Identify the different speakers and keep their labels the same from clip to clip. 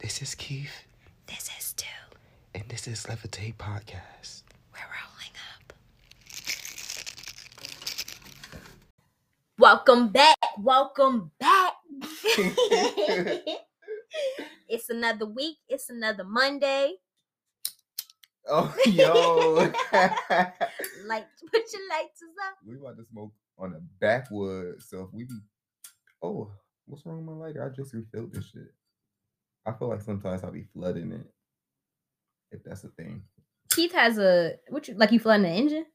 Speaker 1: is Keith,
Speaker 2: This is two.
Speaker 1: and this is Levitate Podcast.
Speaker 2: We're rolling up. Welcome back. Welcome back. it's another week. It's another Monday.
Speaker 1: Oh, yo.
Speaker 2: Like, put your lights up.
Speaker 1: we about to smoke on the backwood, so if we be. Oh, what's wrong with my lighter? I just refilled this shit. I feel like sometimes I'll be flooding it, if that's a thing.
Speaker 2: Keith has a what you like you flooding the engine?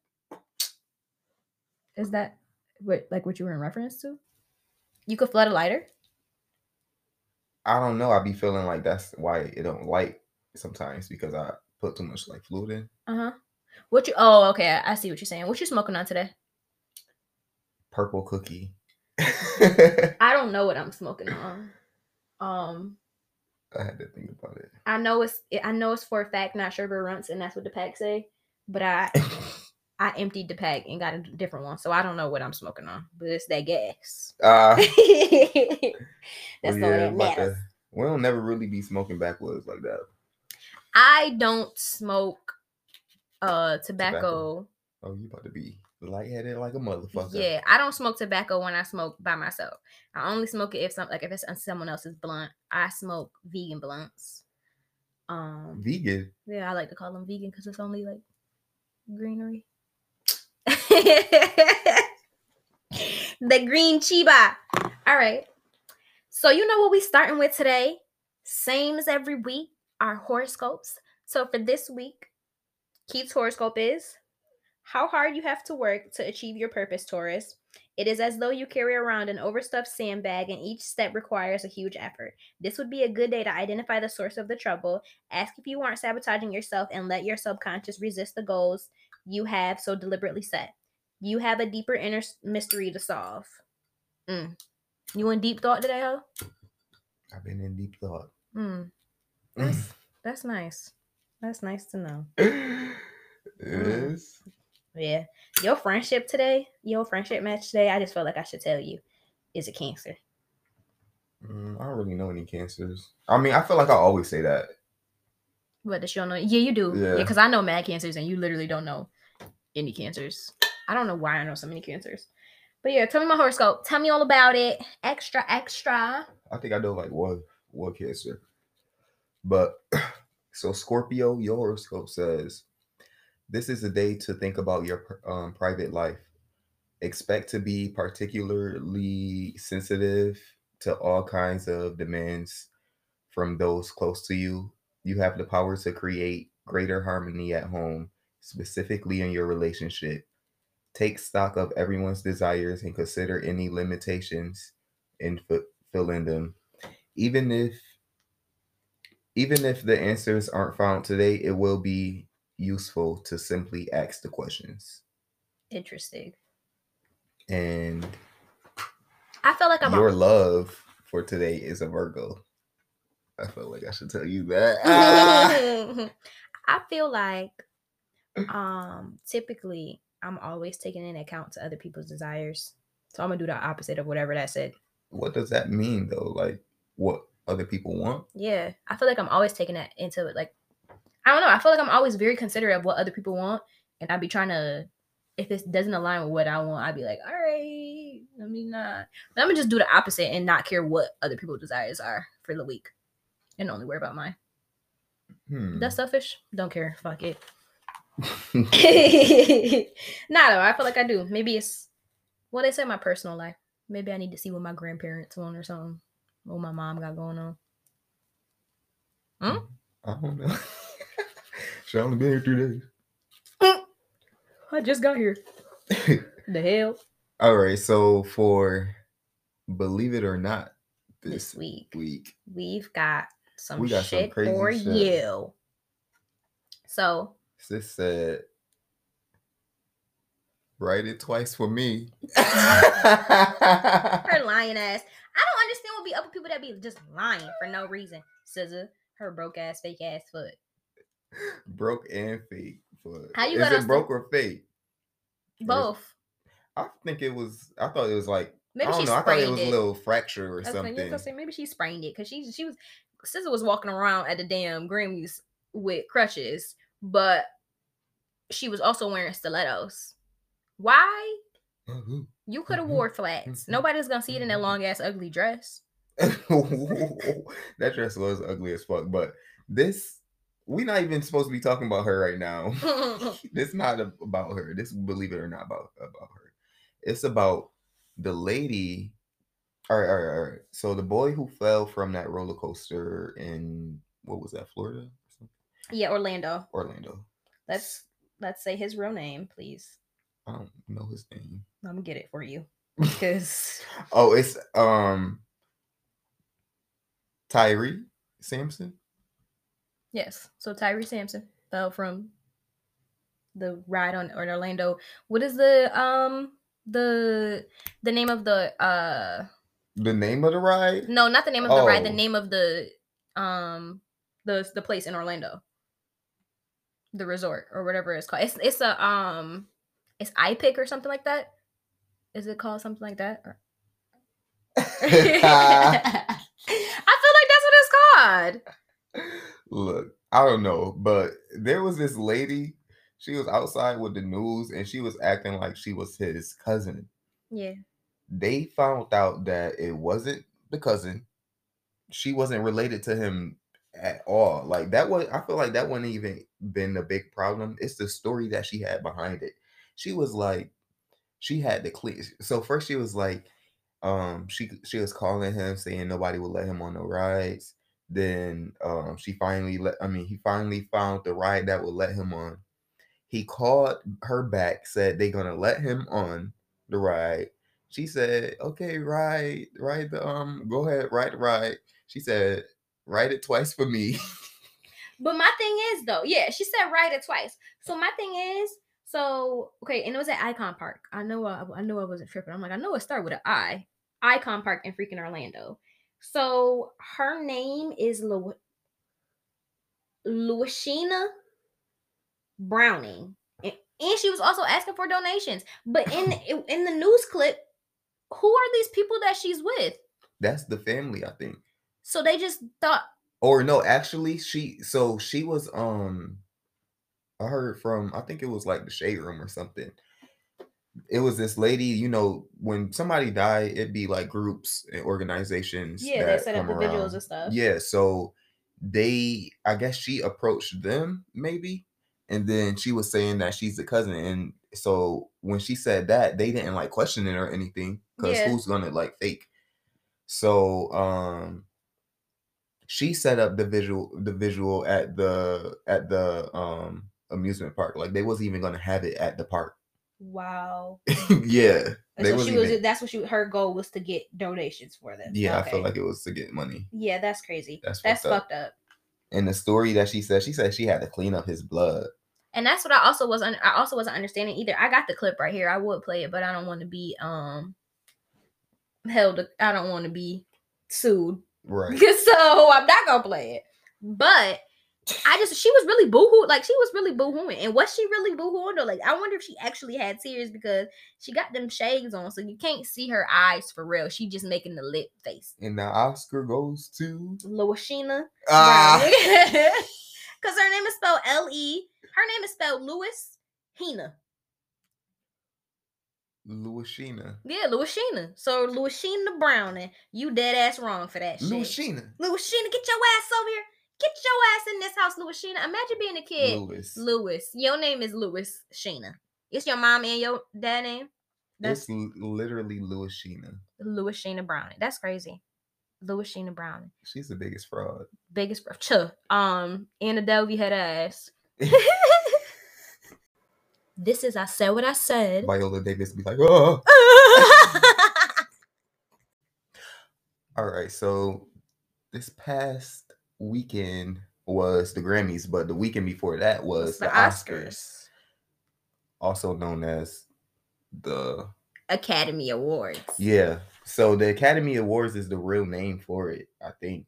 Speaker 2: Is that what like what you were in reference to? You could flood a lighter?
Speaker 1: I don't know. I be feeling like that's why it don't light sometimes because I put too much like fluid in.
Speaker 2: Uh-huh. What you oh okay, I I see what you're saying. What you smoking on today?
Speaker 1: Purple cookie.
Speaker 2: I don't know what I'm smoking on. Um,
Speaker 1: I had to think about it.
Speaker 2: I know it's it- I know it's for a fact not sherbet runts, and that's what the pack say. But I I emptied the pack and got a different one, so I don't know what I'm smoking on. But it's that gas.
Speaker 1: Uh,
Speaker 2: that's
Speaker 1: well,
Speaker 2: all
Speaker 1: yeah,
Speaker 2: that
Speaker 1: I'm about to-
Speaker 2: matters.
Speaker 1: we don't never really be smoking backwoods like that.
Speaker 2: I don't smoke uh tobacco.
Speaker 1: Oh, you about to be lightheaded like a motherfucker.
Speaker 2: Yeah, I don't smoke tobacco when I smoke by myself. I only smoke it if some like if it's on someone else's blunt. I smoke vegan blunts. Um,
Speaker 1: Vegan.
Speaker 2: Yeah, I like to call them vegan because it's only like greenery. the green chiba. All right. So you know what we starting with today? Same as every week, our horoscopes. So for this week, Keith's horoscope is how hard you have to work to achieve your purpose, Taurus. It is as though you carry around an overstuffed sandbag and each step requires a huge effort. This would be a good day to identify the source of the trouble Ask if you aren't sabotaging yourself and let your subconscious resist the goals you have so deliberately set. You have a deeper inner s- mystery to solve. Mm. You in deep thought today, huh?
Speaker 1: I've been in deep thought.
Speaker 2: Mm. That's, that's nice. That's nice to know. Mm.
Speaker 1: Yes.
Speaker 2: Yeah. Your friendship today, your friendship match today, I just felt like I should tell you, is a cancer.
Speaker 1: Mm, I don't really know any cancers. I mean, I feel like I always say that.
Speaker 2: What does she don't know? Yeah, you do. Yeah,
Speaker 1: Yeah.
Speaker 2: because I know mad cancers and you literally don't know any cancers. I don't know why I know so many cancers. But yeah, tell me my horoscope. Tell me all about it. Extra, extra.
Speaker 1: I think I know like one one cancer. But so Scorpio, your horoscope says this is a day to think about your pr- um, private life. Expect to be particularly sensitive to all kinds of demands from those close to you. You have the power to create greater harmony at home, specifically in your relationship. Take stock of everyone's desires and consider any limitations in fu- filling them. Even if even if the answers aren't found today, it will be useful to simply ask the questions.
Speaker 2: Interesting.
Speaker 1: And
Speaker 2: I feel like I'm
Speaker 1: your
Speaker 2: a-
Speaker 1: love for today is a Virgo. I feel like I should tell you that. Ah!
Speaker 2: I feel like um typically I'm always taking into account to other people's desires. So I'm gonna do the opposite of whatever that said.
Speaker 1: what does that mean though? Like what other people want?
Speaker 2: Yeah, I feel like I'm always taking that into it. Like, I don't know. I feel like I'm always very considerate of what other people want, and I'd be trying to. If it doesn't align with what I want, I'd be like, all right, let me not. But I'm gonna just do the opposite and not care what other people's desires are for the week, and only worry about mine.
Speaker 1: Hmm.
Speaker 2: That's selfish. Don't care. Fuck it. nah, though. I feel like I do. Maybe it's well, they say my personal life. Maybe I need to see what my grandparents want or something. What my mom got going on. Hmm?
Speaker 1: I don't know. Should only been here three
Speaker 2: I just got here.
Speaker 1: days.
Speaker 2: The hell.
Speaker 1: All right, so for believe it or not,
Speaker 2: this
Speaker 1: this
Speaker 2: week.
Speaker 1: week
Speaker 2: We've got some
Speaker 1: We got some
Speaker 2: shit
Speaker 1: crazy
Speaker 2: for
Speaker 1: shit.
Speaker 2: you. So
Speaker 1: sis said, "Write it twice for me."
Speaker 2: her lying ass. I don't understand what be up with people that be just lying for no reason. Scissor, her broke ass, fake ass foot.
Speaker 1: broke and fake. But
Speaker 2: How you
Speaker 1: is
Speaker 2: gonna
Speaker 1: it
Speaker 2: st-
Speaker 1: broke or fake?
Speaker 2: Both.
Speaker 1: I think it was. I thought it was like I
Speaker 2: Maybe she
Speaker 1: don't know. I thought
Speaker 2: sprained
Speaker 1: it was
Speaker 2: it.
Speaker 1: a little fracture or
Speaker 2: I was like, you was
Speaker 1: something.
Speaker 2: gonna say maybe she sprained it because she she was Scissor was walking around at the damn Grammys with crutches, but she was also wearing stilettos. Why? You could have
Speaker 1: Mm-hmm.
Speaker 2: wore flats. Nobody's gonna see it in that long ass ugly dress.
Speaker 1: that dress was ugly as fuck, but this we're not even supposed to be talking about her right now. this not a- about her. This believe it or not about about her. It's about the lady. All right, all right, all right. So the boy who fell from that roller coaster in what was that, Florida, or something?
Speaker 2: yeah, Orlando.
Speaker 1: Orlando?
Speaker 2: Let's let's say his real name, please.
Speaker 1: I don't know his name.
Speaker 2: I'm gonna get it for you because
Speaker 1: Oh, it's um Tyree Sampson.
Speaker 2: yes. So Tyree Sampson fell from the ride on on Orlando. What is the um the the name of the uh
Speaker 1: The name of the ride?
Speaker 2: no not the name of the ride the
Speaker 1: Oh.
Speaker 2: name of the um the the place in Orlando the resort or whatever it's called it's it's a um it's iPic or something like that is it called something like that Or- I feel like that's what it's called
Speaker 1: Look, I don't know, but there was this lady. She was outside with the news and she was acting like she was his cousin.
Speaker 2: yeah
Speaker 1: They found out that it wasn't the cousin. She wasn't related to him at all. Like that was I feel like that wouldn't even been a big problem. It's the story that she had behind it. She was like she had the clear so first she was like um she she was calling him saying nobody would let him on the rides then um she finally let i mean he finally found the ride that would let him on he called her back said they're gonna let him on the ride she said okay ride ride the um go ahead ride the ride she said ride it twice for me
Speaker 2: But my thing is though, yeah, she said write it twice. So my thing is, so okay, and it was at Icon Park. I know I, I know I wasn't tripping. I'm like, I know it started with an I. Icon Park in freaking Orlando. So her name is Lu- Luishina Browning. And, and she was also asking for donations. But in in- in the news clip, who are these people that she's with?
Speaker 1: that's the family i think
Speaker 2: So they just thought
Speaker 1: or no actually she so she was um i heard from i think it was like the shade room or something it was this lady you know when somebody die it'd be like groups and organizations that come around.
Speaker 2: stuff.
Speaker 1: yeah so they i guess she approached them maybe and then she was saying that she's the cousin and so when she said that they didn't like question it or anything because
Speaker 2: Yeah.
Speaker 1: who's gonna like fake so um she set up the visual the visual at the at the um amusement park like they wasn't even gonna have it at the park
Speaker 2: Wow.
Speaker 1: yeah
Speaker 2: And
Speaker 1: they
Speaker 2: so
Speaker 1: wasn't
Speaker 2: she was.
Speaker 1: even-
Speaker 2: That's what she. Her goal was to get donations for them.
Speaker 1: yeah i feel
Speaker 2: Okay.
Speaker 1: like it was to get money
Speaker 2: Yeah, that's crazy.
Speaker 1: That's
Speaker 2: that's
Speaker 1: fucked up.
Speaker 2: fucked up.
Speaker 1: and the story that she said she said she had to clean up his blood
Speaker 2: And that's what I also was. Un- I also wasn't understanding either. I got the clip right here. I would play it, but I don't want to be um held. I don't want to be sued.
Speaker 1: right
Speaker 2: so I'm not gonna play it. But I just she was really boohoo. Like she was really boohooing. And was she really boohooing? Or like I wonder if she actually had tears because she got them shades on, so you can't see her eyes for real. She just making the lip face.
Speaker 1: And the Oscar goes to
Speaker 2: Loashina.
Speaker 1: ah,
Speaker 2: Because her name is spelled L E. Her name is spelled Lewis Hina.
Speaker 1: Luashina.
Speaker 2: Yeah, Louisina. So Louisina Browning, you dead ass wrong for that shit. Louisina,
Speaker 1: Luashina.
Speaker 2: get your ass over here. Get your ass in this house, Louisina. Imagine being a kid.
Speaker 1: Lewis.
Speaker 2: Lewis. Your name is Lewis Sheena. It's your mom and your dad name. That's
Speaker 1: That's literally Luashina.
Speaker 2: Louisina Browning. That's crazy. Louisina Browning.
Speaker 1: She's the biggest fraud.
Speaker 2: Biggest chuh. Um, Anna Delvey had ass. this is I said what I said.
Speaker 1: Viola Davis be like, oh. All right, so this past weekend was the Grammys, but the weekend before that was the, Oscars. also known as the
Speaker 2: Academy Awards.
Speaker 1: yeah. So the Academy Awards is the real name for it, I think.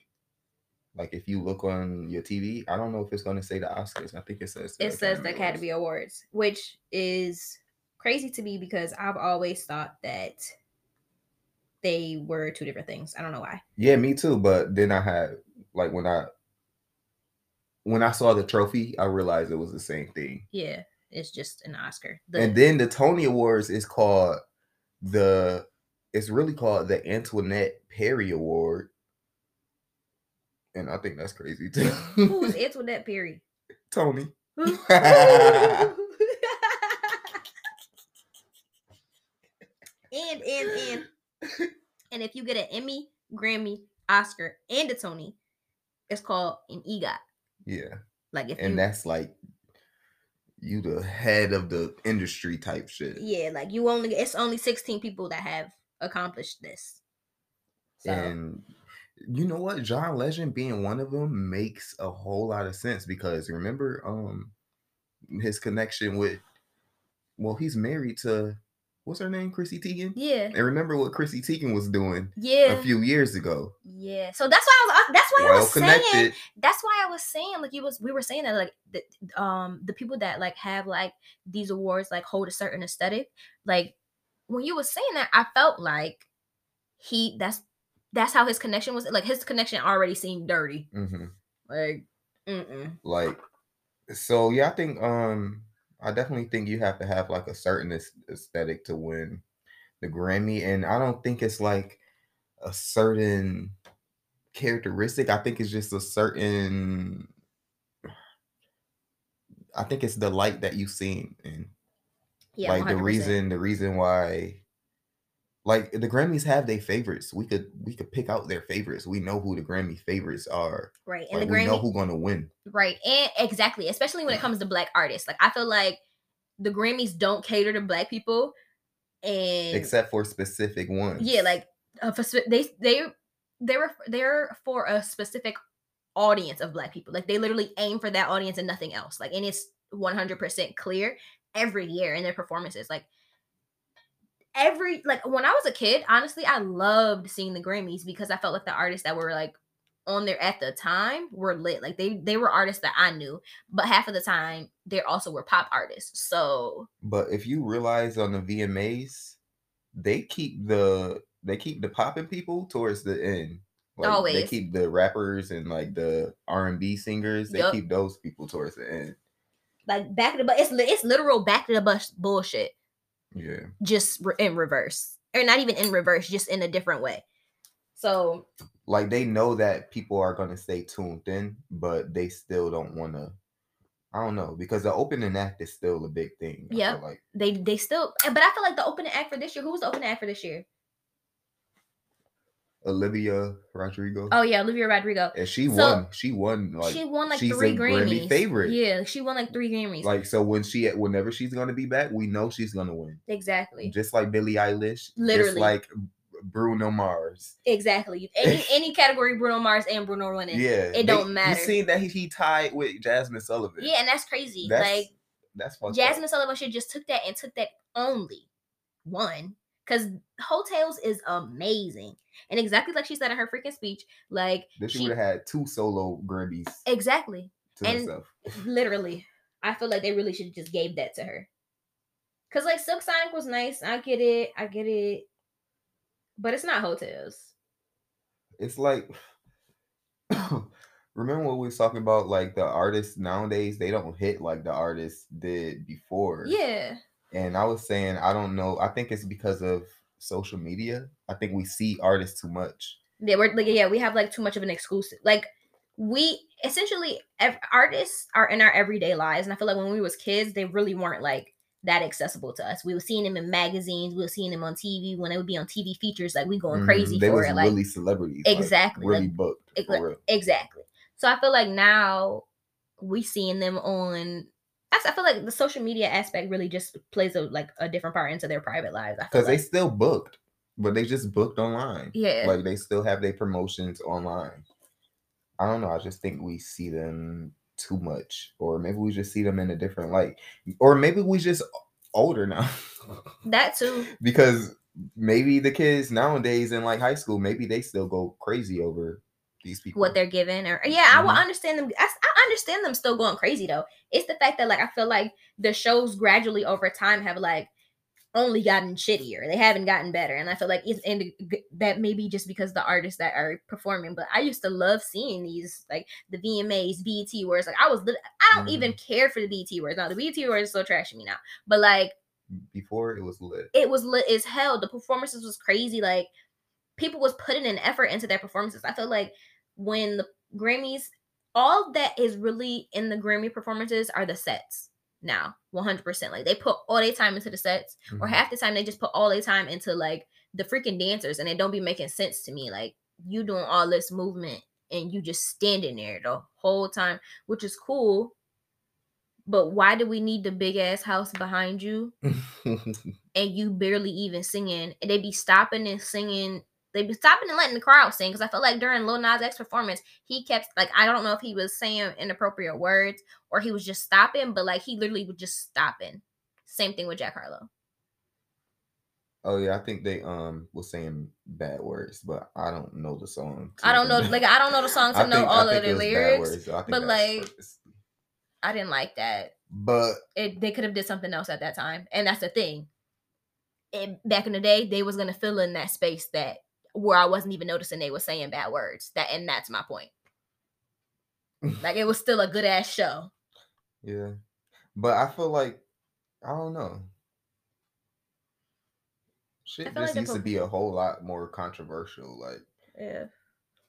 Speaker 1: Like if you look on your TV, I don't know if it's gonna say the Oscars. I think it says
Speaker 2: It says the
Speaker 1: Awards.
Speaker 2: Academy Awards, which is crazy to me because I've always thought that they were two different things. I don't know why.
Speaker 1: Yeah, me too. But then I had like when I when I saw the trophy, I realized it was the same thing.
Speaker 2: Yeah, it's just an Oscar.
Speaker 1: and
Speaker 2: The,
Speaker 1: then the Tony Awards is called the it's really called the Antoinette Perry Award. And I think that's crazy too.
Speaker 2: who is Antoinette Perry?
Speaker 1: Tony.
Speaker 2: Who? and and and and if you get an Emmy, Grammy, Oscar, and a Tony, it's called an E EGOT.
Speaker 1: Yeah.
Speaker 2: Like if
Speaker 1: And
Speaker 2: you
Speaker 1: that's like you the head of the industry type shit.
Speaker 2: yeah, like you only it's only sixteen people that have accomplished this. So
Speaker 1: And you know what? John Legend being one of them makes a whole lot of sense because remember um his connection with well, he's married to what's her name? Chrissy Teigen?
Speaker 2: yeah,
Speaker 1: And remember what Chrissy Teigen was doing
Speaker 2: yeah,
Speaker 1: a few years ago.
Speaker 2: yeah. So that's why I was uh, that's why I
Speaker 1: Well
Speaker 2: was saying
Speaker 1: connected.
Speaker 2: that's why I was saying like you was we were saying that like the, um the people that like have like these awards like hold a certain aesthetic like when you was saying that I felt like he that's that's how his connection was like his connection already seemed dirty
Speaker 1: hmm
Speaker 2: like mm-mm.
Speaker 1: Like, so yeah, I think um I definitely think you have to have like a certain aes- aesthetic to win the Grammy, and I don't think it's like a certain characteristic. I think it's just a certain. I think it's the light that you seen and
Speaker 2: yeah
Speaker 1: like the
Speaker 2: 100%.
Speaker 1: reason the reason why like the grammys have their favorites we could we could pick out their favorites we know who the grammy favorites are
Speaker 2: right and
Speaker 1: like,
Speaker 2: the
Speaker 1: we know
Speaker 2: Grammy
Speaker 1: who's gonna win
Speaker 2: right and exactly especially when it comes to black artists like I feel like the Grammys don't cater to black people and
Speaker 1: except for specific ones
Speaker 2: yeah like uh, for, spe- they they they're they're for a specific audience of black people like they literally aim for that audience and nothing else like and it's 100% clear every year in their performances like every like when i was a kid honestly i loved seeing the grammys because i felt like the artists that were like on there at the time were lit like they they were artists that i knew but half of the time they also were pop artists so
Speaker 1: but if you realize on the vmas they keep the they keep the popping people towards the end like, they
Speaker 2: Always.
Speaker 1: keep the rappers and like the r&b singers they
Speaker 2: Yup.
Speaker 1: keep those people towards the end
Speaker 2: like back to the but it's li- it's literal back to the bus bullshit
Speaker 1: yeah
Speaker 2: just re- in reverse or not even in reverse just in a different way so
Speaker 1: like they know that people are gonna stay tuned in, but they still don't wanna. I don't know because the opening act is still a big thing. I feel
Speaker 2: Yeah.
Speaker 1: like
Speaker 2: they they still eh, but i feel like the opening act for this year who was the opening act for this year
Speaker 1: Olivia Rodrigo,
Speaker 2: oh yeah olivia rodrigo
Speaker 1: and she
Speaker 2: so-
Speaker 1: won. She won like
Speaker 2: she won like
Speaker 1: she's
Speaker 2: three
Speaker 1: a Grammy
Speaker 2: grammys
Speaker 1: favorite.
Speaker 2: yeah she won like three grammys
Speaker 1: like so when she whenever she's gonna be back, we know she's gonna win.
Speaker 2: exactly
Speaker 1: Just like Billie Eilish, just
Speaker 2: Literally.
Speaker 1: like Bruno Mars.
Speaker 2: exactly any any category bruno mars and bruno running yeah,
Speaker 1: Yeah,
Speaker 2: it don't matter.
Speaker 1: You seen that he, he tied with Jasmine Sullivan?
Speaker 2: and that's crazy
Speaker 1: That's-
Speaker 2: like
Speaker 1: that's fucked up.
Speaker 2: jasmine sullivan should just took that and took that only one because hotels is amazing and exactly like she said in her freaking speech like
Speaker 1: Then she
Speaker 2: she-
Speaker 1: would have had two solo Grammys
Speaker 2: exactly
Speaker 1: to
Speaker 2: and-
Speaker 1: herself.
Speaker 2: literally i feel like they really should have just gave that to her because like silk sonic was nice i get it i get it but it's not hotels
Speaker 1: it's like remember what we was talking about like the artists nowadays they don't hit like the artists did before
Speaker 2: yeah
Speaker 1: and i was saying i don't know i think it's because of social media i think we see artists too much
Speaker 2: they were like yeah we have like too much of an exclusive like we essentially ev- artists are in our everyday lives and i feel like when we was kids they really weren't like that accessible to us we were seeing them in magazines we were seeing them on tv when they would be on tv features like we going
Speaker 1: Mhm.
Speaker 2: crazy
Speaker 1: they
Speaker 2: for
Speaker 1: was
Speaker 2: it like
Speaker 1: really celebrities like,
Speaker 2: Exactly,
Speaker 1: really
Speaker 2: like,
Speaker 1: booked
Speaker 2: ex-
Speaker 1: for real.
Speaker 2: Exactly. So I feel like now we seeing them on. I s- I feel like the social media aspect really just plays a like a different part into their private lives. I feel
Speaker 1: because they
Speaker 2: like.
Speaker 1: still booked but they just booked online
Speaker 2: yeah,
Speaker 1: like they still have their promotions online i don't know i just think we see them too much or maybe we just see them in a different light or maybe we just older now
Speaker 2: that too.
Speaker 1: because maybe the kids nowadays in like high school maybe they still go crazy over these people
Speaker 2: What they're given, or yeah, I will
Speaker 1: Mhm.
Speaker 2: understand them. I, s- I understand them still going crazy though. It's the fact that like I feel like the shows gradually over time have like only gotten shittier. They haven't gotten better, and I feel like it's and that may be just because the artists that are performing. But I used to love seeing these like the VMAs, BT E words. Like I was, lit- I don't
Speaker 1: Mhm.
Speaker 2: even care for the BT words now. The BT words is so trashing me now. But like
Speaker 1: Before it was lit.
Speaker 2: it was lit as hell. The performances was crazy. Like people was putting an effort into their performances. I feel like when the Grammys, all that is really in the Grammy performances are the sets. Now, one hundred percent, like they put all their time into the sets or
Speaker 1: Mhm.
Speaker 2: half the time they just put all their time into like the freaking dancers and it don't be making sense to me like you doing all this movement and you just standing there the whole time which is cool but why do we need the big ass house behind you
Speaker 1: Mm-hmm.
Speaker 2: and you barely even singing and they be stopping and singing they be stopping and letting the crowd sing because I felt like during Lil Nas X performance, he kept like I don't know if he was saying inappropriate words or he was just stopping, but like he literally was just stopping. Same thing with Jack Harlow.
Speaker 1: oh yeah, I think they um was saying bad words, but I don't know the song. to
Speaker 2: I don't know,
Speaker 1: even-
Speaker 2: like I don't know the song to
Speaker 1: I
Speaker 2: know
Speaker 1: think- I
Speaker 2: all of
Speaker 1: think it
Speaker 2: the
Speaker 1: was bad
Speaker 2: lyrics.
Speaker 1: words, so I think
Speaker 2: but,
Speaker 1: that's
Speaker 2: like-
Speaker 1: racist.
Speaker 2: I didn't like that.
Speaker 1: but
Speaker 2: It they could have did something else at that time, and that's the thing. It, back in the day, they was gonna fill in that space that where I wasn't even noticing they were saying bad words. That and that's my point. Like it was still a good ass show.
Speaker 1: yeah, but I feel like I don't know. Shit
Speaker 2: feel
Speaker 1: just
Speaker 2: like the
Speaker 1: used to
Speaker 2: pro-
Speaker 1: be a whole lot more controversial, like.
Speaker 2: Yeah.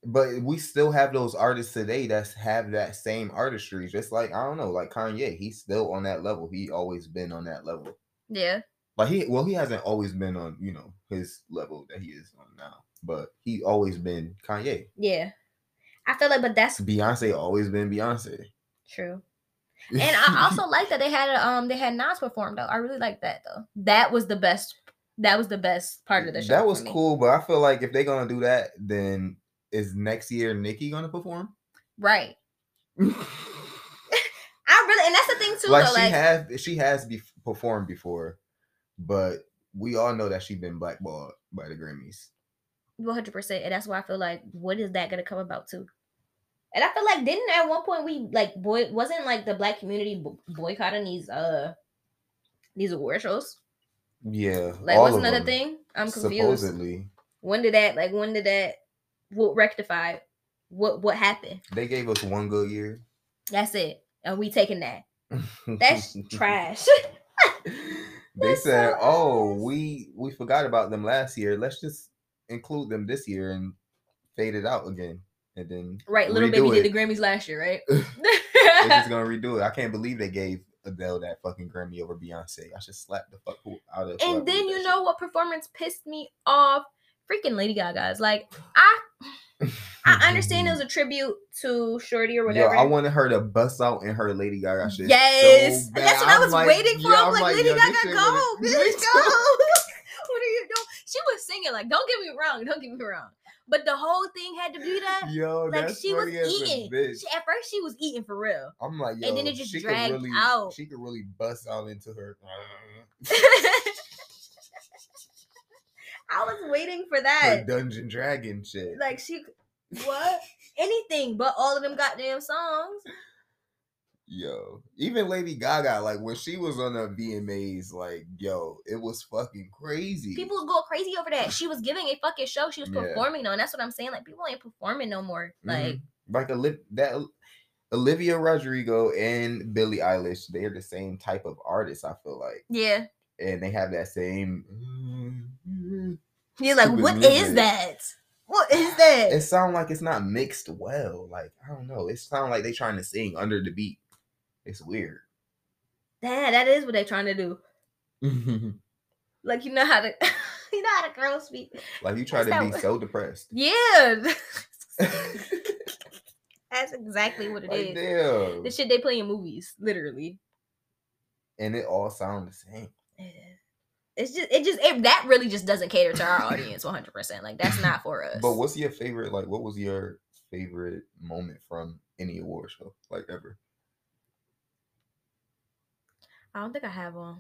Speaker 1: But we still have those artists today that's have that same artistry. Just like I don't know, like Kanye, he's still on that level. He always been on that level.
Speaker 2: Yeah.
Speaker 1: Like he, well, he hasn't always been on you know his level that he is on now, but he always been Kanye.
Speaker 2: Yeah. I feel like, but that's
Speaker 1: Beyonce always been Beyonce.
Speaker 2: true. And I also like that they had a, um they had Nas perform though. I really like that though. That was the best. That was the best part of the show.
Speaker 1: That
Speaker 2: for
Speaker 1: was
Speaker 2: me.
Speaker 1: cool, but I feel like if they're gonna do that, then is next year Nicki gonna perform?
Speaker 2: Right.
Speaker 1: like
Speaker 2: I really and that's the thing
Speaker 1: she
Speaker 2: too though. Like
Speaker 1: has, she has be- performed before, but we all know that she been blackballed by the Grammys.
Speaker 2: One hundred percent, and that's why I feel like, what is that gonna come about too? And I feel like didn't at one point we like boy wasn't like the black community bo- boycotting these uh these award shows?
Speaker 1: Yeah,
Speaker 2: Like
Speaker 1: all
Speaker 2: what's
Speaker 1: of
Speaker 2: another
Speaker 1: them,
Speaker 2: thing? I'm confused.
Speaker 1: Supposedly,
Speaker 2: When did that like when did that what rectified? What what happened?
Speaker 1: they gave us one good year.
Speaker 2: That's it. And we taking that. That's trash.
Speaker 1: they
Speaker 2: That's so
Speaker 1: said, "Oh,
Speaker 2: ass."
Speaker 1: we we forgot about them last year. Let's just include them this year and fade it out again." And then
Speaker 2: Right, little
Speaker 1: redo
Speaker 2: baby
Speaker 1: it.
Speaker 2: did the Grammys last year, right?
Speaker 1: They're just gonna redo it. I can't believe they gave Adele that fucking Grammy over Beyonce. I should slap the fuck who- out of. whoever
Speaker 2: And
Speaker 1: did
Speaker 2: then
Speaker 1: that
Speaker 2: you
Speaker 1: shit.
Speaker 2: know what performance pissed me off? Freaking Lady Gaga's. Like I I understand it was a tribute to Shorty or
Speaker 1: Yo,
Speaker 2: whatever.
Speaker 1: Mm-hmm. I wanted her to bust out in her Lady Gaga shit. so
Speaker 2: yes,
Speaker 1: bad.
Speaker 2: that's what I
Speaker 1: I'm
Speaker 2: was
Speaker 1: like-
Speaker 2: waiting for.
Speaker 1: yeah,
Speaker 2: I'm like, Lady
Speaker 1: yo, this
Speaker 2: Gaga,
Speaker 1: shit
Speaker 2: go,
Speaker 1: would've-
Speaker 2: bitch, go. what are you doing? She was singing like, don't get me wrong, don't get me wrong, but the whole thing had to be that.
Speaker 1: Yo,
Speaker 2: Like
Speaker 1: that's
Speaker 2: she was
Speaker 1: funny as a
Speaker 2: eating.
Speaker 1: bitch.
Speaker 2: She, at first, she was eating for real.
Speaker 1: I'm like, yo,
Speaker 2: and then it just
Speaker 1: she could
Speaker 2: dragged
Speaker 1: really,
Speaker 2: out.
Speaker 1: She could really bust out into her.
Speaker 2: I was waiting for
Speaker 1: her
Speaker 2: that.
Speaker 1: dungeon dragon shit.
Speaker 2: Like she, what? Anything but all of them goddamn songs.
Speaker 1: Yo, even Lady Gaga, like when she was on the VMAs, like yo, it was fucking crazy.
Speaker 2: People would go crazy over that. She was giving a fucking show. She was
Speaker 1: Yeah. Mm-hmm.
Speaker 2: performing though, and that's what I'm saying. Like people ain't performing no more. Like
Speaker 1: like Oli- that Olivia Rodrigo and Billie Eilish, they're the same type of artists. I feel like,
Speaker 2: yeah,
Speaker 1: and they have that same.
Speaker 2: Mm-hmm. you're like,
Speaker 1: Stupid
Speaker 2: what is
Speaker 1: music.
Speaker 2: that? What is that?
Speaker 1: It sound like it's not mixed well. Like I don't know. It sound like they trying to sing under the beat. It's weird.
Speaker 2: yeah, that is what they're trying to do.
Speaker 1: like
Speaker 2: Like you know how to, you know how to girl speak.
Speaker 1: you try
Speaker 2: That's how
Speaker 1: to be
Speaker 2: it-
Speaker 1: so depressed.
Speaker 2: Yeah,
Speaker 1: like
Speaker 2: that's exactly what it is.
Speaker 1: damn.
Speaker 2: The shit they play in movies, literally.
Speaker 1: and it all sound the same.
Speaker 2: It's just, it just, it, that really just doesn't cater to our audience 100%. Like, that's not for us.
Speaker 1: But what's your favorite? Like, what was your favorite moment from any award show, like ever?
Speaker 2: I don't think I have one.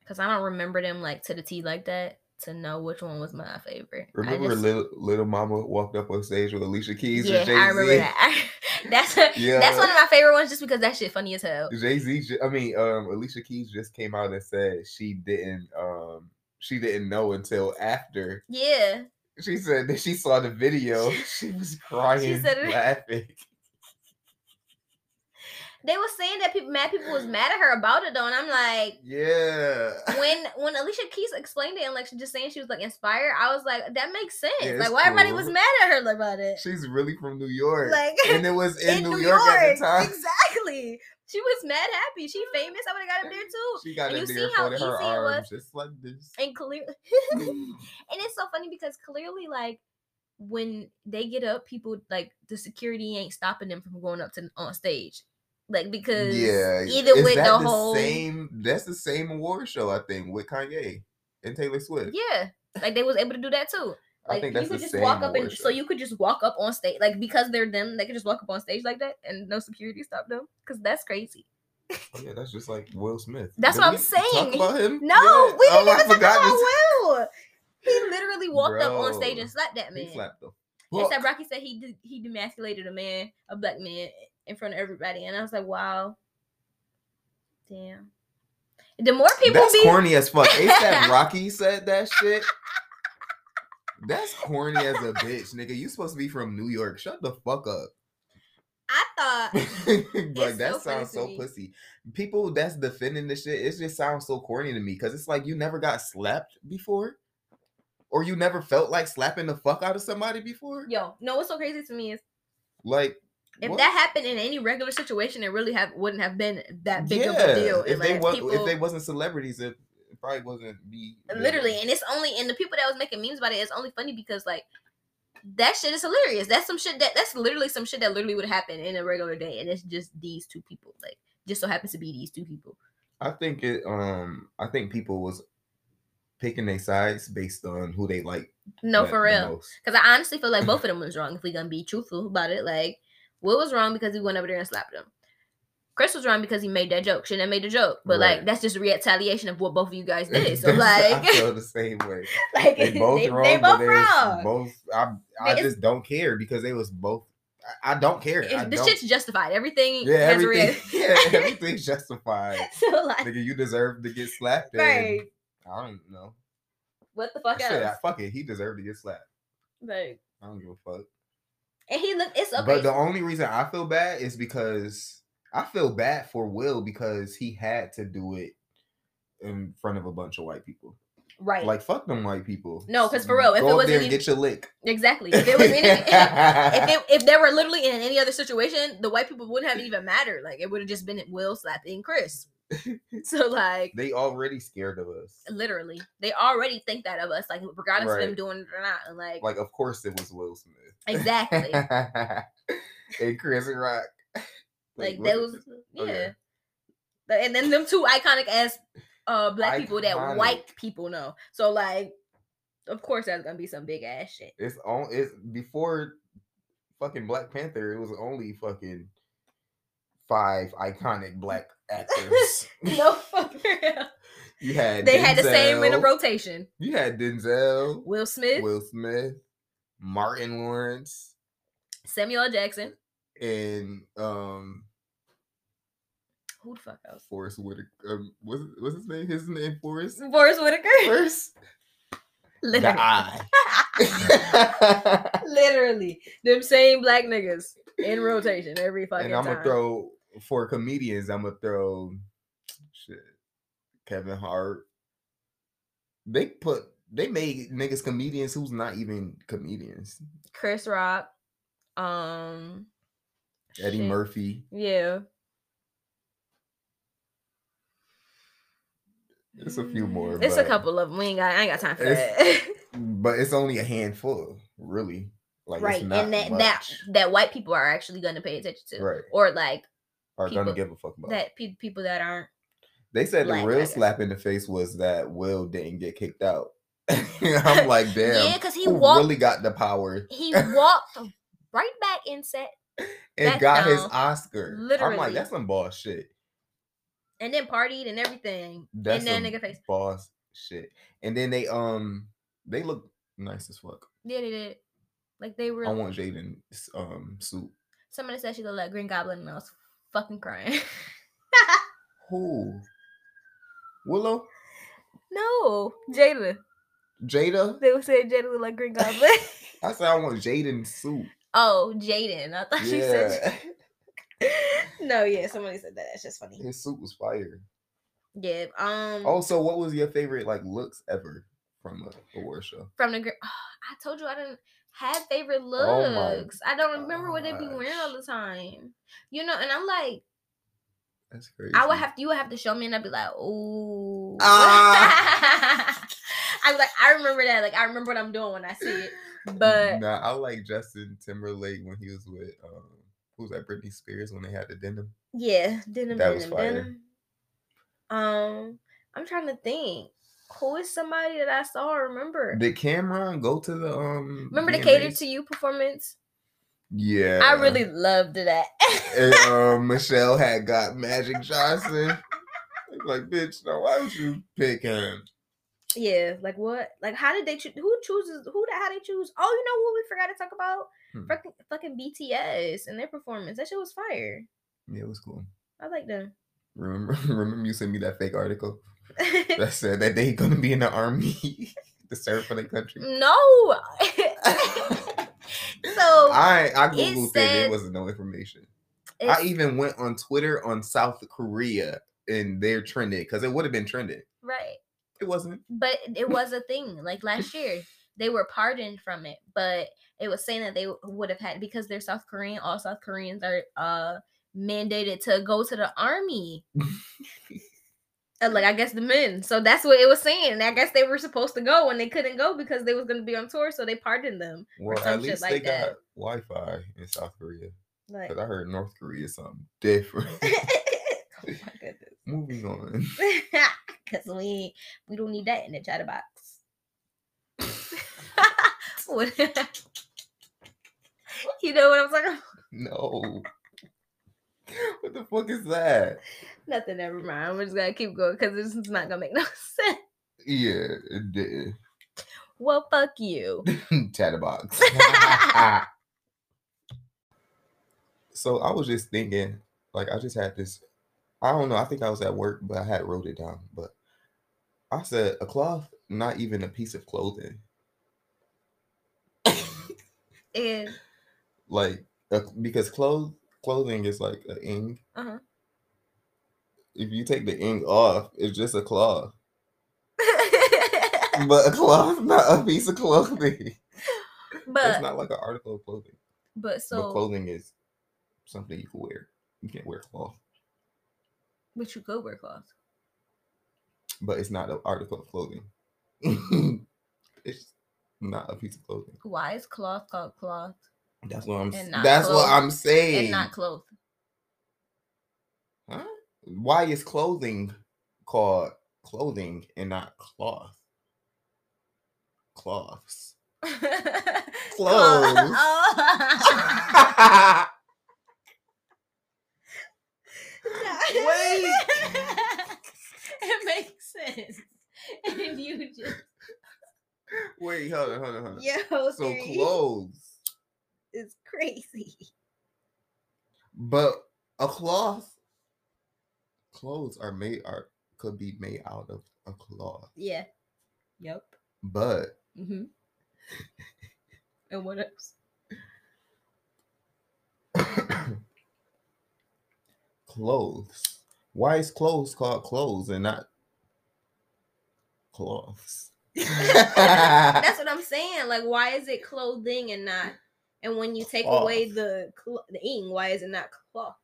Speaker 2: Because I don't remember them, like, to the T like that to know which one was my favorite. I
Speaker 1: Remember,
Speaker 2: just-
Speaker 1: little, little Mama walked up on stage with Alicia Keys.
Speaker 2: Yeah,
Speaker 1: and
Speaker 2: I remember
Speaker 1: Jay-Z?
Speaker 2: that. That's
Speaker 1: Yeah.
Speaker 2: that's one of my favorite ones just because that shit funny as hell.
Speaker 1: Jay Z. I mean, um, Alicia Keys just came out and said she didn't. Um, she didn't know until after.
Speaker 2: Yeah.
Speaker 1: She said that she saw the video. She was crying,
Speaker 2: said it-
Speaker 1: laughing.
Speaker 2: They were saying that people mad people was mad at her about it though, and I'm like
Speaker 1: Yeah.
Speaker 2: when when Alicia Keys explained it and like she just saying she was like inspired, I was like, that makes sense.
Speaker 1: Yeah, it's
Speaker 2: like why everybody was
Speaker 1: cool.
Speaker 2: mad at her about it.
Speaker 1: She's really from New York,
Speaker 2: Like
Speaker 1: and it was in, New, York, at the time.
Speaker 2: Exactly. She was mad happy. She famous. I would have got up there too.
Speaker 1: She got
Speaker 2: And
Speaker 1: a
Speaker 2: you see
Speaker 1: nigga
Speaker 2: how
Speaker 1: folded her
Speaker 2: easy it was?
Speaker 1: arms just like this.
Speaker 2: And clearly
Speaker 1: Mm.
Speaker 2: and it's so funny because clearly like when they get up people like the security ain't stopping them from going up to on stage like because
Speaker 1: yeah,
Speaker 2: either
Speaker 1: is
Speaker 2: with the,
Speaker 1: that
Speaker 2: whole
Speaker 1: same. That's the same award show I think with Kanye and Taylor Swift.
Speaker 2: yeah like they was able to do that too like
Speaker 1: I think that's
Speaker 2: you could
Speaker 1: the
Speaker 2: just
Speaker 1: same
Speaker 2: walk up and
Speaker 1: award
Speaker 2: so
Speaker 1: show.
Speaker 2: you could just walk up on stage like because they're them they could just walk up on stage like that and no security stop them because that's crazy
Speaker 1: Oh, yeah, that's just like Will Smith.
Speaker 2: That's
Speaker 1: Did
Speaker 2: what I'm
Speaker 1: we Talk
Speaker 2: saying.
Speaker 1: about him?
Speaker 2: no
Speaker 1: Yeah.
Speaker 2: we
Speaker 1: Oh,
Speaker 2: didn't
Speaker 1: I
Speaker 2: even talk
Speaker 1: forgot
Speaker 2: about
Speaker 1: this-
Speaker 2: will he literally walked up on stage
Speaker 1: Bro,
Speaker 2: and slapped that man
Speaker 1: He slapped the
Speaker 2: Except
Speaker 1: fuck.
Speaker 2: Rocky said he de- he demasculated a man, a black man, in front of everybody, and I was like, wow, damn. The more people
Speaker 1: That's
Speaker 2: be,
Speaker 1: corny as fuck. ASAP Rocky said that shit. That's corny as a bitch, nigga. You supposed to be from New York. Shut the fuck up.
Speaker 2: I thought
Speaker 1: like
Speaker 2: so
Speaker 1: that
Speaker 2: funny
Speaker 1: sounds
Speaker 2: to
Speaker 1: so
Speaker 2: me.
Speaker 1: pussy. People that's defending this shit, it just sounds so corny to me because it's like you never got slapped before, or you never felt like slapping the fuck out of somebody before.
Speaker 2: yo, no, what's so crazy to me is
Speaker 1: Like
Speaker 2: if
Speaker 1: what?
Speaker 2: that happened in any regular situation, it really have wouldn't have been that big of
Speaker 1: Yeah,
Speaker 2: a deal. And,
Speaker 1: If they
Speaker 2: like,
Speaker 1: was
Speaker 2: people,
Speaker 1: if they wasn't celebrities, it probably wasn't be
Speaker 2: literally, and it's only and the people that was making memes about it, it's only funny because like. That shit is hilarious. That's some shit that that's literally some shit that literally would happen in a regular day, and it's just these two people. Like, just so happens to be these two people.
Speaker 1: I think it. Um, I think people was picking their sides based on who they like.
Speaker 2: No,
Speaker 1: the-
Speaker 2: for
Speaker 1: the
Speaker 2: real.
Speaker 1: most.
Speaker 2: Because I honestly feel like both of them was wrong. If we gonna be truthful about it, like Will was wrong because he went over there and slapped him. Chris was wrong because he made that joke. Shouldn't have made the joke, but like
Speaker 1: Right.
Speaker 2: that's just a retaliation of what both of you guys did. So
Speaker 1: That's-
Speaker 2: like,
Speaker 1: I feel the same way.
Speaker 2: like
Speaker 1: They both
Speaker 2: they,
Speaker 1: wrong.
Speaker 2: they
Speaker 1: but
Speaker 2: both
Speaker 1: there's
Speaker 2: wrong.
Speaker 1: Both. I. I
Speaker 2: It's-
Speaker 1: just don't care because they was both. I, I don't care. I
Speaker 2: It's- the
Speaker 1: don't-
Speaker 2: shit's justified. Everything
Speaker 1: yeah,
Speaker 2: has a
Speaker 1: everything,
Speaker 2: rea-
Speaker 1: yeah, everything's justified.
Speaker 2: so like,
Speaker 1: Nigga, you deserve to get slapped. and
Speaker 2: right?
Speaker 1: I don't know.
Speaker 2: What the fuck
Speaker 1: Shit, I,
Speaker 2: else?
Speaker 1: fuck it. He deserved to get slapped.
Speaker 2: Like,
Speaker 1: I don't give a fuck.
Speaker 2: and he looked. It's okay.
Speaker 1: But the only reason I feel bad is because I feel bad for Will because he had to do it in front of a bunch of white people.
Speaker 2: right.
Speaker 1: Like fuck them white people.
Speaker 2: No, 'cause for real, if
Speaker 1: go
Speaker 2: it
Speaker 1: up
Speaker 2: was
Speaker 1: there and
Speaker 2: any-
Speaker 1: get your lick.
Speaker 2: exactly. If it was any. if it, if they were literally in any other situation, the white people wouldn't have even mattered. Like it would have just been Will slapping Chris. so like
Speaker 1: they already scared of us.
Speaker 2: literally, they already think that of us, like regardless of them
Speaker 1: Right.
Speaker 2: doing it or not. And like,
Speaker 1: Like of course it was Will Smith.
Speaker 2: exactly.
Speaker 1: and Chris Rock.
Speaker 2: like
Speaker 1: look at
Speaker 2: those
Speaker 1: this.
Speaker 2: yeah.
Speaker 1: Okay.
Speaker 2: But- And then them two iconic as uh black people that
Speaker 1: Iconic.
Speaker 2: white people know. So like of course that's gonna be some big ass shit.
Speaker 1: It's on it's before fucking Black Panther, it was only fucking five iconic black actors.
Speaker 2: No fuck real.
Speaker 1: You had
Speaker 2: They had the same in a
Speaker 1: Denzel,
Speaker 2: rotation.
Speaker 1: You had Denzel,
Speaker 2: Will Smith,
Speaker 1: Will Smith, Martin Lawrence,
Speaker 2: Samuel L. Jackson.
Speaker 1: and um
Speaker 2: Who the fuck else?
Speaker 1: Forrest Whitaker. Um, was was his name? His name Forrest.
Speaker 2: Forrest Whitaker.
Speaker 1: Forrest. The
Speaker 2: Literally.
Speaker 1: eye.
Speaker 2: Literally. Them same black niggas in rotation every fucking
Speaker 1: and I'm
Speaker 2: time.
Speaker 1: gonna throw for comedians. I'm gonna throw shit. Kevin Hart. They put they made niggas comedians who's not even comedians.
Speaker 2: Chris Rock. Um
Speaker 1: Eddie
Speaker 2: shit.
Speaker 1: Murphy.
Speaker 2: Yeah.
Speaker 1: It's a few more.
Speaker 2: Mm, It's a
Speaker 1: but-
Speaker 2: couple of them. We ain't got I ain't got time for
Speaker 1: It's-
Speaker 2: that.
Speaker 1: but it's only a handful, really. Like
Speaker 2: right.
Speaker 1: it's not
Speaker 2: And that that
Speaker 1: much,
Speaker 2: that white people are actually gonna pay attention to.
Speaker 1: right
Speaker 2: Or like
Speaker 1: are
Speaker 2: people
Speaker 1: gonna give a fuck about.
Speaker 2: that pe- people that aren't
Speaker 1: they said
Speaker 2: black,
Speaker 1: the
Speaker 2: I
Speaker 1: real
Speaker 2: guess.
Speaker 1: slap in the face was that Will didn't get kicked out. I'm like, damn,
Speaker 2: Yeah, because he
Speaker 1: who
Speaker 2: walked
Speaker 1: really got the power
Speaker 2: he walked right back and sat
Speaker 1: and
Speaker 2: back
Speaker 1: got his
Speaker 2: down,
Speaker 1: Oscar. I'm
Speaker 2: literally.
Speaker 1: like, that's some boss shit.
Speaker 2: and then partied and everything.
Speaker 1: That's
Speaker 2: and then
Speaker 1: some
Speaker 2: nigga face.
Speaker 1: boss shit. And then they um they look nice as fuck.
Speaker 2: Yeah, they did. Like they were
Speaker 1: I want Jaden um suit.
Speaker 2: Somebody said she looked like Green Goblin and I was fucking crying.
Speaker 1: Who? Willow?
Speaker 2: no, Jada.
Speaker 1: Jada?
Speaker 2: They were saying Jada looked like Green Goblin.
Speaker 1: I said I want Jaden suit.
Speaker 2: oh, Jaden. I thought she said.
Speaker 1: Yeah.
Speaker 2: no, yeah, somebody said that. That's just funny.
Speaker 1: His suit was fire.
Speaker 2: Yeah. Um.
Speaker 1: Also, what was your favorite like looks ever from a award show?
Speaker 2: From the gr- oh, I told you I didn't have favorite
Speaker 1: Oh my
Speaker 2: looks. I don't remember what they be wearing all
Speaker 1: gosh.
Speaker 2: the time. You know, and I'm like,
Speaker 1: That's crazy.
Speaker 2: I would have you would have to show me, and I'd be like, ooh.
Speaker 1: Ah.
Speaker 2: I'm like, I remember that. Like, I remember what I'm doing when I see it. But
Speaker 1: nah, I like Justin Timberlake when he was with um, who was that? Britney Spears when they had the denim.
Speaker 2: yeah, denim,
Speaker 1: That was
Speaker 2: denim,
Speaker 1: fire.
Speaker 2: denim. Um, I'm trying to think. Who is somebody that I saw or remember?
Speaker 1: Did Cameron go to the um?
Speaker 2: remember the cater
Speaker 1: VMAs?
Speaker 2: to you performance?
Speaker 1: Yeah,
Speaker 2: I really loved that.
Speaker 1: And, um, Michelle had got Magic Johnson. It's like, bitch, no, why would you pick him?
Speaker 2: Yeah, like what? Like how did they choose? Who chooses? Who the how they choose? Oh, you know what we forgot to talk about?
Speaker 1: Hmm.
Speaker 2: Fucking, fucking BTS and their performance. That shit was fire.
Speaker 1: Yeah, it was cool.
Speaker 2: I like them.
Speaker 1: Remember, remember you sent me that fake article that said that they gonna be in the army to serve for the country.
Speaker 2: Mm. no. so
Speaker 1: I I googled it.
Speaker 2: said-
Speaker 1: There wasn't no information. I
Speaker 2: it's-
Speaker 1: even went on Twitter on South Korea and they're trending because it would have been trending.
Speaker 2: right,
Speaker 1: It wasn't.
Speaker 2: but it was a thing. Like last year, they were pardoned from it, but it was saying that they would have had because they're South Korean. All South Koreans are uh mandated to go to the army. Uh, like I guess the men. So that's what it was saying. And I guess they were supposed to go and they couldn't go because they was gonna be on tour, so they pardoned them.
Speaker 1: Well,
Speaker 2: some
Speaker 1: at
Speaker 2: shit
Speaker 1: least
Speaker 2: like
Speaker 1: they
Speaker 2: that.
Speaker 1: got Wi Fi in South Korea.
Speaker 2: Like
Speaker 1: Because
Speaker 2: Oh
Speaker 1: I heard North Korea is something different.
Speaker 2: my goodness.
Speaker 1: Moving on.
Speaker 2: Cause we ain't- we don't need that in the chat box. What- you know what I'm talking about?
Speaker 1: No. What the fuck is that?
Speaker 2: Nothing, never mind. We're just gonna keep going because this is not gonna make no sense.
Speaker 1: Yeah, it did.
Speaker 2: Well, fuck you.
Speaker 1: Chatterbox. so I was just thinking, like I just had this. I don't know. I think I was at work, but I had wrote it down. But I said a cloth, not even a piece of clothing.
Speaker 2: And
Speaker 1: Like uh, because clothes, clothing is like a ing.
Speaker 2: Uh-huh.
Speaker 1: If you take the ing off, it's just a cloth. But a cloth, not a piece of clothing. it's
Speaker 2: but
Speaker 1: not like an article of clothing.
Speaker 2: but
Speaker 1: but
Speaker 2: so
Speaker 1: clothing is something you can wear. You can't wear cloth,
Speaker 2: but you could wear cloth.
Speaker 1: but it's not an article of clothing. it's not a piece of clothing.
Speaker 2: Why is cloth called cloth
Speaker 1: That's what I'm. s-
Speaker 2: And not
Speaker 1: That's what
Speaker 2: clothes,
Speaker 1: I'm
Speaker 2: and
Speaker 1: saying.
Speaker 2: not cloth?
Speaker 1: Huh? Why is clothing called clothing and not cloth? Cloths. Clothes.
Speaker 2: Oh.
Speaker 1: Wait.
Speaker 2: it makes sense. If you just
Speaker 1: Wait, hold on, hold on, hold on.
Speaker 2: yo,
Speaker 1: so
Speaker 2: three
Speaker 1: clothes,
Speaker 2: is crazy.
Speaker 1: but a cloth. Clothes are made are could be made out of a cloth.
Speaker 2: Yeah. Yep.
Speaker 1: But
Speaker 2: Mm-hmm. And what else?
Speaker 1: clothes. Why is clothes called clothes and not cloths?
Speaker 2: That's what I'm saying. Like, why is it clothing and not? And when you take away
Speaker 1: Cloth.
Speaker 2: the cl- the ing, why is it not cloth?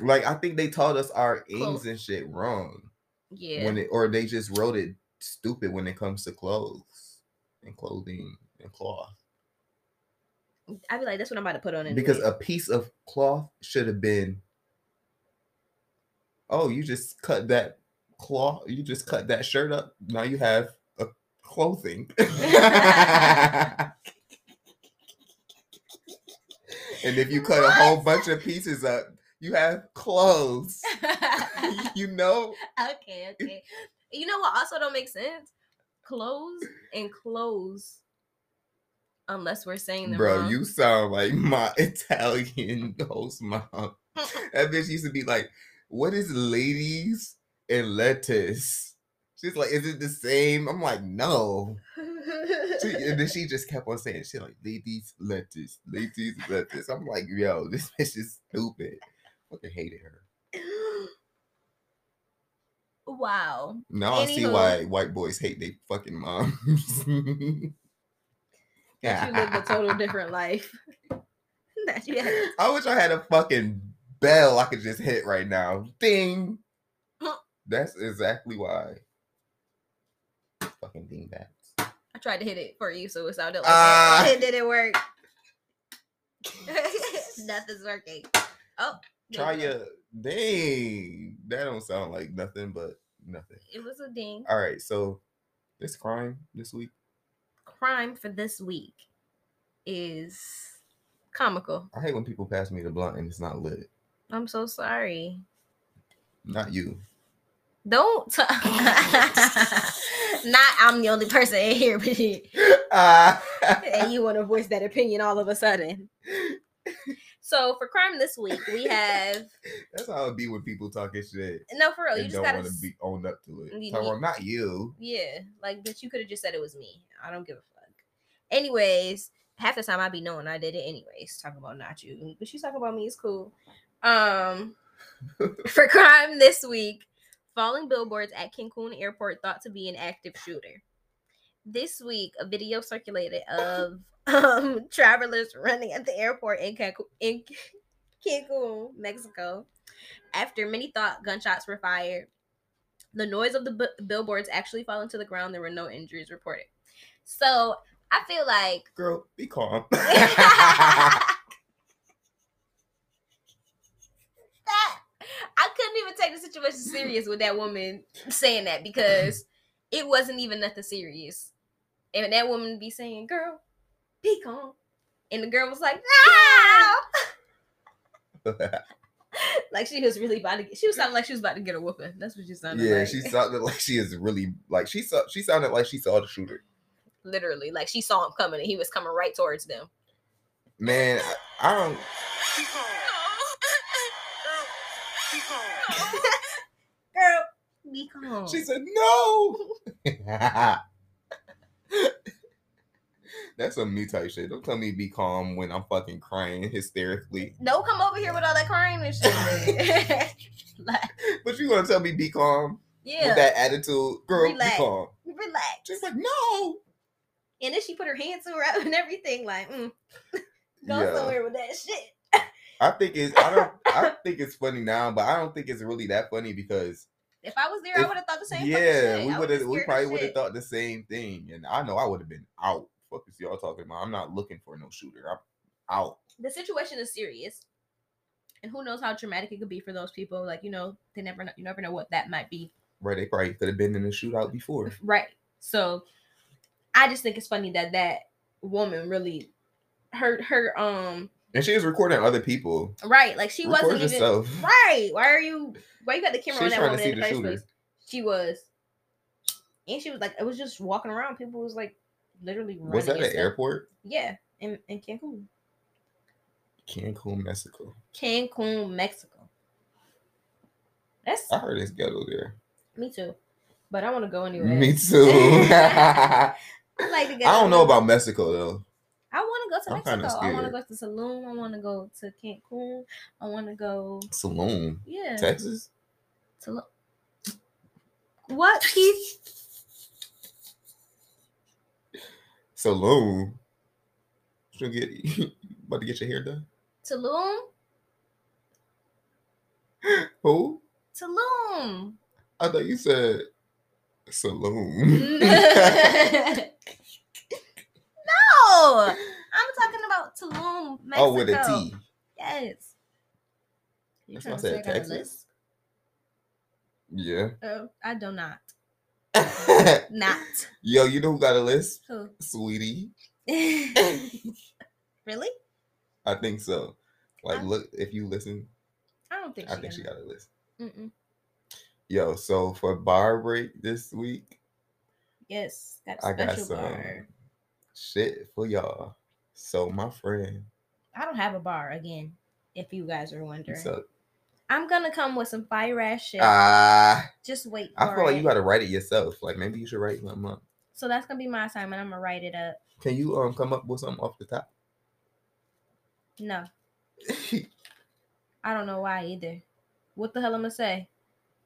Speaker 1: like I think they taught us our ings
Speaker 2: Clothes.
Speaker 1: and shit wrong
Speaker 2: Yeah.
Speaker 1: when it, or they just wrote it stupid when it comes to clothes and clothing and cloth.
Speaker 2: I'd be like, that's what I'm about to put on. Anyway.
Speaker 1: Because a piece of cloth should have been. Oh, you just cut that cloth. You just cut that shirt up. Now you have a clothing. and if you cut a whole bunch of pieces up, you have clothes. you know,
Speaker 2: okay, okay. You know what also don't make sense? Clothes and clothes unless we're saying them
Speaker 1: Bro,
Speaker 2: wrong.
Speaker 1: you sound like my Italian host mom. that bitch used to be like, "What is ladies and lettuce?" She's like, "Is it the same?" I'm like, "No." She, and then she just kept on saying shit like, "Ladies lettuce, ladies lettuce." I'm like, "Yo, this bitch is stupid." Fucking hated her.
Speaker 2: wow.
Speaker 1: Now I see
Speaker 2: Anywho.
Speaker 1: why white boys hate their fucking moms.
Speaker 2: That you lived a total different life. that you had
Speaker 1: I wish I had a fucking bell I could just hit right now. Ding.
Speaker 2: Huh.
Speaker 1: That's exactly why. Fucking dingbats.
Speaker 2: I tried to hit it for you, so it sounded like
Speaker 1: Ah.
Speaker 2: that. it didn't work. Nothing's working. Oh, there
Speaker 1: Try
Speaker 2: you go.
Speaker 1: your dang. That don't sound like nothing, but nothing.
Speaker 2: It was a ding.
Speaker 1: All right, so this crime this week.
Speaker 2: Crime for this week is comical.
Speaker 1: I hate when people pass me the blunt and it's not lit.
Speaker 2: I'm so sorry.
Speaker 1: Not you.
Speaker 2: Don't. T- Not I'm the only person in here, but
Speaker 1: Ah.
Speaker 2: and you want to voice that opinion all of a sudden. So for crime this week, we have
Speaker 1: That's how it be when people talking shit
Speaker 2: no for real. You
Speaker 1: and
Speaker 2: just
Speaker 1: don't
Speaker 2: gotta
Speaker 1: want to
Speaker 2: s-
Speaker 1: be owned up to it.
Speaker 2: You
Speaker 1: Talk
Speaker 2: need-
Speaker 1: about, not you.
Speaker 2: Yeah, like bitch, you could have just said it was me. I don't give a fuck. Anyways, half the time I be knowing I did it anyways. Talking about not you, but she's talking about me. It's cool. Um, for crime this week, falling billboards at Cancun airport thought to be an active shooter. This week, a video circulated of um, travelers running at the airport in Cancun, in Cancun, Mexico, after many thought gunshots were fired. The noise of the bu- billboards actually falling to the ground. There were no injuries reported. So I feel like.
Speaker 1: Girl, be calm.
Speaker 2: that, I couldn't even take the situation serious with that woman saying that because it wasn't even nothing serious. And that woman be saying, Girl, be calm. And the girl was like, No! like she was really about to get, she was sounding like she was about to get a whooping. That's what she sounded
Speaker 1: Yeah,
Speaker 2: like.
Speaker 1: she sounded like she is really like she saw she sounded like she saw the shooter.
Speaker 2: literally like she saw him coming and he was coming right towards them
Speaker 1: Man, I, I don't
Speaker 2: girl be calm
Speaker 1: she said no.
Speaker 2: Oh.
Speaker 1: That's some me type shit. Don't tell me be calm when I'm fucking crying hysterically.
Speaker 2: don't come over here with all that crying and shit like
Speaker 1: But you gonna tell me be calm
Speaker 2: yeah
Speaker 1: with that attitude, girl?
Speaker 2: Relax.
Speaker 1: Be calm.
Speaker 2: relax
Speaker 1: She's like no.
Speaker 2: and then she put her hands to her up and everything like mm, go
Speaker 1: Yeah.
Speaker 2: somewhere with that shit
Speaker 1: I think it's I don't I think it's funny now, but I don't think it's really that funny because
Speaker 2: if i was there i
Speaker 1: If-
Speaker 2: would have thought the same fucking
Speaker 1: Yeah,
Speaker 2: shit.
Speaker 1: we
Speaker 2: I
Speaker 1: would have.
Speaker 2: would've
Speaker 1: We
Speaker 2: scared the
Speaker 1: probably would have
Speaker 2: shit.
Speaker 1: thought the same thing, and I know I would have been out. Fuck is y'all talking about? I'm not looking for no shooter. I'm out.
Speaker 2: the situation is serious and who knows how dramatic it could be for those people like you know they never know you never know what that might be
Speaker 1: Right? They probably could have been in a shootout before.
Speaker 2: Right. So I just think it's funny that that woman really her her um
Speaker 1: And she was recording other people.
Speaker 2: right like she
Speaker 1: Record
Speaker 2: wasn't even
Speaker 1: yourself.
Speaker 2: right. Why are you why you got the camera
Speaker 1: She's
Speaker 2: on that
Speaker 1: trying to
Speaker 2: woman
Speaker 1: see
Speaker 2: in
Speaker 1: the
Speaker 2: the first
Speaker 1: shooter.
Speaker 2: place? She was, and she was like it was just walking around. People was like literally running.
Speaker 1: Was that
Speaker 2: and
Speaker 1: an
Speaker 2: stuff.
Speaker 1: airport?
Speaker 2: Yeah, in in Cancun,
Speaker 1: Cancun, Mexico.
Speaker 2: Cancun, Mexico. That's
Speaker 1: I heard it's ghetto there.
Speaker 2: me too, but I want to go anyway.
Speaker 1: Me too. I
Speaker 2: I like to go.
Speaker 1: don't know about Mexico though.
Speaker 2: I want to go
Speaker 1: I'm
Speaker 2: to
Speaker 1: kinda
Speaker 2: Mexico. I want to
Speaker 1: scared.
Speaker 2: go to Tulum. I want to go to Cancun. I want to go.
Speaker 1: Saloon,
Speaker 2: Yeah,
Speaker 1: Texas.
Speaker 2: Tulum. What Keith?
Speaker 1: Saloon. She'll get about to get your hair done.
Speaker 2: Tulum,
Speaker 1: Who?
Speaker 2: Tulum.
Speaker 1: I thought you said saloon.
Speaker 2: no, I'm talking about Tulum, Mexico.
Speaker 1: oh, with a T.
Speaker 2: Yes. You
Speaker 1: That's why I
Speaker 2: trying
Speaker 1: said
Speaker 2: to say I got a
Speaker 1: Texas.
Speaker 2: list?
Speaker 1: Yeah.
Speaker 2: Oh, I do not. Not
Speaker 1: Yo, you know who got a list?
Speaker 2: who?
Speaker 1: Sweetie.
Speaker 2: really?
Speaker 1: I think so. Like,
Speaker 2: I-
Speaker 1: look, if you listen,
Speaker 2: I don't think.
Speaker 1: I
Speaker 2: she
Speaker 1: think
Speaker 2: got
Speaker 1: she got a list.
Speaker 2: it. Mm-mm.
Speaker 1: Yo, so for bar break this week,
Speaker 2: Yes, got a
Speaker 1: I got
Speaker 2: special
Speaker 1: some
Speaker 2: bar.
Speaker 1: shit for y'all. So my friend,
Speaker 2: I don't have a bar again, if you guys are wondering.
Speaker 1: so
Speaker 2: I'm gonna come with some fire ass shit.
Speaker 1: ah,
Speaker 2: Just wait.
Speaker 1: I
Speaker 2: for
Speaker 1: feel like
Speaker 2: it.
Speaker 1: you gotta write it yourself. Like maybe you should write something up.
Speaker 2: So that's gonna be my assignment. I'm gonna write it up.
Speaker 1: Can you um come up with something off the top?
Speaker 2: No, I don't know why either. What the hell am I say?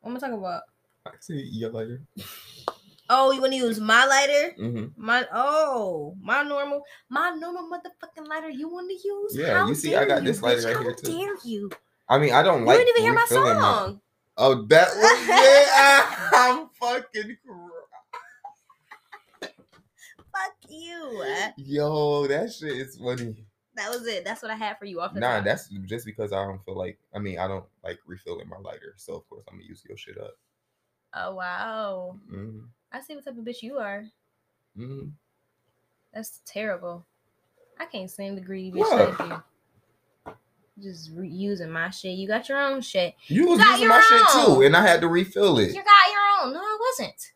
Speaker 2: What am I talking about?
Speaker 1: I see you later.
Speaker 2: Oh, you wanna use my lighter?
Speaker 1: Mm-hmm.
Speaker 2: My oh, my normal, my normal motherfucking lighter. You wanna use?
Speaker 1: Yeah, you see, I
Speaker 2: dare
Speaker 1: got
Speaker 2: you,
Speaker 1: this lighter
Speaker 2: bitch.
Speaker 1: right
Speaker 2: How
Speaker 1: here, too.
Speaker 2: dare you?
Speaker 1: I mean, I don't like.
Speaker 2: you didn't even hear my
Speaker 1: refilling mine.
Speaker 2: song.
Speaker 1: Oh, that was it. I'm fucking. Cr-
Speaker 2: Fuck you.
Speaker 1: Yo, that shit is funny.
Speaker 2: That was it. That's what I had for you. Off the
Speaker 1: Nah,
Speaker 2: top.
Speaker 1: that's just because I don't feel like. I mean, I don't like refilling my lighter, so of course I'm gonna use your shit up.
Speaker 2: Oh wow.
Speaker 1: Mm-hmm.
Speaker 2: I see what type of bitch you are.
Speaker 1: Mm-hmm.
Speaker 2: That's terrible. I can't sing the greedy bitch
Speaker 1: What?
Speaker 2: like you. Just re- using my shit. You got your own shit.
Speaker 1: You was
Speaker 2: got
Speaker 1: using
Speaker 2: your
Speaker 1: my shit
Speaker 2: own.
Speaker 1: too, and I had to refill it.
Speaker 2: You got your own. No, I wasn't.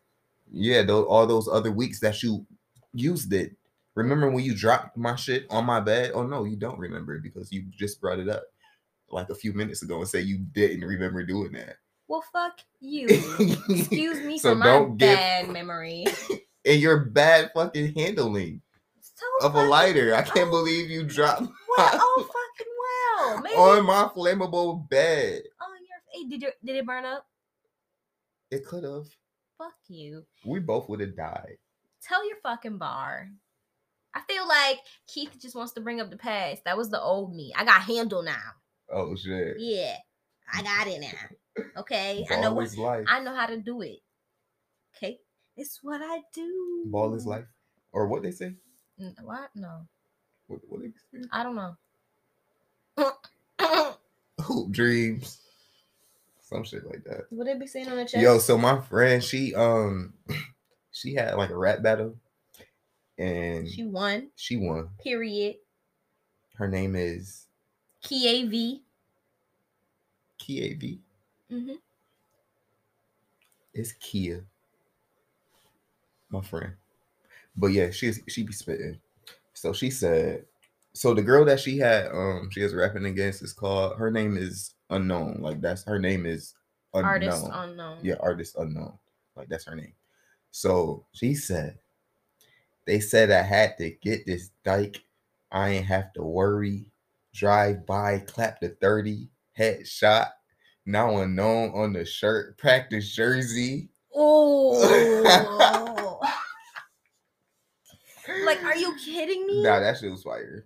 Speaker 1: Yeah, though all those other weeks that you used it. Remember when you dropped my shit on my bed? Oh no, you don't remember because you just brought it up like a few minutes ago and say you didn't remember doing that.
Speaker 2: Well, fuck you. Excuse me
Speaker 1: So
Speaker 2: for my
Speaker 1: don't give-
Speaker 2: bad memory.
Speaker 1: and your bad fucking handling
Speaker 2: So
Speaker 1: of a
Speaker 2: fucking-
Speaker 1: lighter. I can't
Speaker 2: oh.
Speaker 1: believe you dropped
Speaker 2: Well, oh fucking well. Maybe
Speaker 1: on my flammable bed.
Speaker 2: on your hey, did your, did it burn up?
Speaker 1: It could have.
Speaker 2: Fuck you.
Speaker 1: We both would have died.
Speaker 2: Tell your fucking bar. I feel like Keith just wants to bring up the past. That was the old me. I got handle now.
Speaker 1: Oh shit.
Speaker 2: Yeah, I got it now. Okay, I know
Speaker 1: Ball
Speaker 2: what
Speaker 1: is life.
Speaker 2: I know how to do it. Okay, it's what I do.
Speaker 1: Ball is life. Or what they say?
Speaker 2: N- What? No,
Speaker 1: What, what they say?
Speaker 2: I don't know.
Speaker 1: Hoop dreams. Some shit like that.
Speaker 2: Would it be saying on the chest?
Speaker 1: Yo, so my friend, she um she had like a rap battle and
Speaker 2: she won.
Speaker 1: she won.
Speaker 2: Period.
Speaker 1: Her name is
Speaker 2: Kav.
Speaker 1: Kia V.
Speaker 2: hmm
Speaker 1: It's Kia. My friend. But yeah, she's she be spitting. So she said, so the girl that she had, um, she is rapping against is called her name is unknown. Like that's her name is unknown.
Speaker 2: Artist unknown.
Speaker 1: Yeah, artist unknown. Like that's her name. So she said, they said I had to get this dike. I ain't have to worry. Drive by, clap the 30, headshot. Now unknown on the shirt, practice jersey.
Speaker 2: Oh. like, are you kidding me?
Speaker 1: Nah, that shit was fire.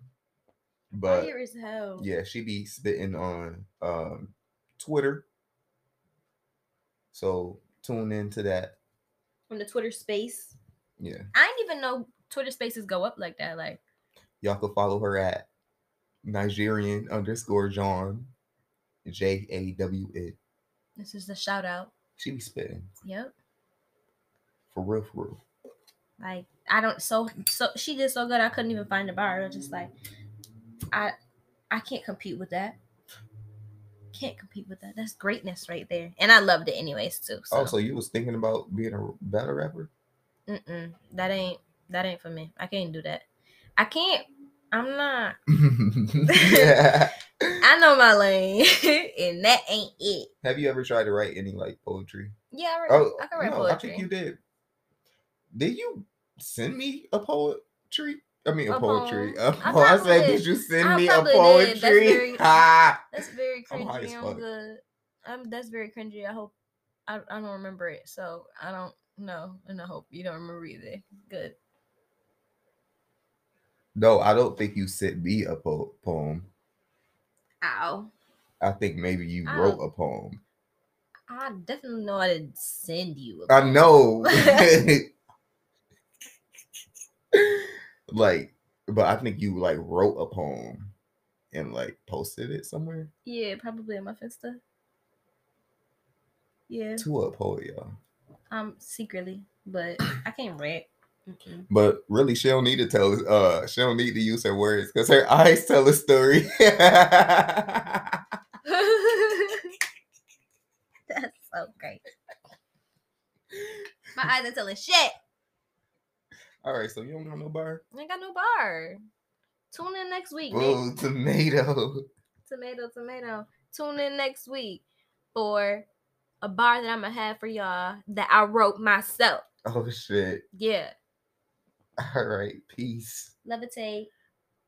Speaker 1: But
Speaker 2: Fire as hell.
Speaker 1: yeah, she be spitting on um Twitter. So tune into that.
Speaker 2: From the Twitter space.
Speaker 1: Yeah.
Speaker 2: I didn't even know Twitter spaces go up like that. Like,
Speaker 1: Y'all can follow her at Nigerian underscore John J A W N.
Speaker 2: this is the shout out.
Speaker 1: She be spitting
Speaker 2: Yep.
Speaker 1: for real, for real.
Speaker 2: Like I don't so so she did so good I couldn't even find a bar. I was just like I I can't compete with that. Can't compete with that. That's greatness right there. And I loved it anyways too. So,
Speaker 1: Oh, so you was thinking about being a battle rapper?
Speaker 2: Mm-mm, that ain't that ain't for me. I can't do that. I can't I'm not I know my lane and that ain't it.
Speaker 1: Have you ever tried to write any like poetry?
Speaker 2: Yeah, I,
Speaker 1: Oh,
Speaker 2: I can write
Speaker 1: no, I
Speaker 2: poetry.
Speaker 1: think you did. Did you send me a poetry? I mean, a,
Speaker 2: A poem.
Speaker 1: poetry. A
Speaker 2: I
Speaker 1: poem. I,
Speaker 2: probably
Speaker 1: said,
Speaker 2: did.
Speaker 1: did you send
Speaker 2: I
Speaker 1: me a
Speaker 2: probably
Speaker 1: poetry? Ah.
Speaker 2: did. That's very-
Speaker 1: Ha!
Speaker 2: That's very
Speaker 1: I'm high
Speaker 2: cringy.
Speaker 1: as
Speaker 2: I'm,
Speaker 1: fuck.
Speaker 2: good. I'm that's very cringy. I hope I, I don't remember it, so I don't know, and I hope you don't remember either. Good.
Speaker 1: No, I don't think you sent me a po- poem.
Speaker 2: Ow.
Speaker 1: I think maybe you
Speaker 2: I
Speaker 1: wrote
Speaker 2: don't-
Speaker 1: a poem.
Speaker 2: I definitely know I didn't send you. a
Speaker 1: I
Speaker 2: poem.
Speaker 1: know. like, but I think you like wrote a poem and like posted it somewhere
Speaker 2: Yeah, probably on my Finsta. Yeah,
Speaker 1: to a poet, y'all.
Speaker 2: um, secretly, but I can't rap. Mm-mm.
Speaker 1: But really, she don't need to tell. Uh, she don't need to use her words because her eyes tell a story.
Speaker 2: That's so great. My eyes are telling shit.
Speaker 1: All right, so you don't got no bar?
Speaker 2: I ain't got no bar. Tune in next week.
Speaker 1: Oh,
Speaker 2: Nick.
Speaker 1: tomato.
Speaker 2: Tomato, tomato. Tune in next week for a bar that I'm gonna have for y'all that I wrote myself.
Speaker 1: Oh, shit.
Speaker 2: Yeah.
Speaker 1: All right, peace.
Speaker 2: Levitate.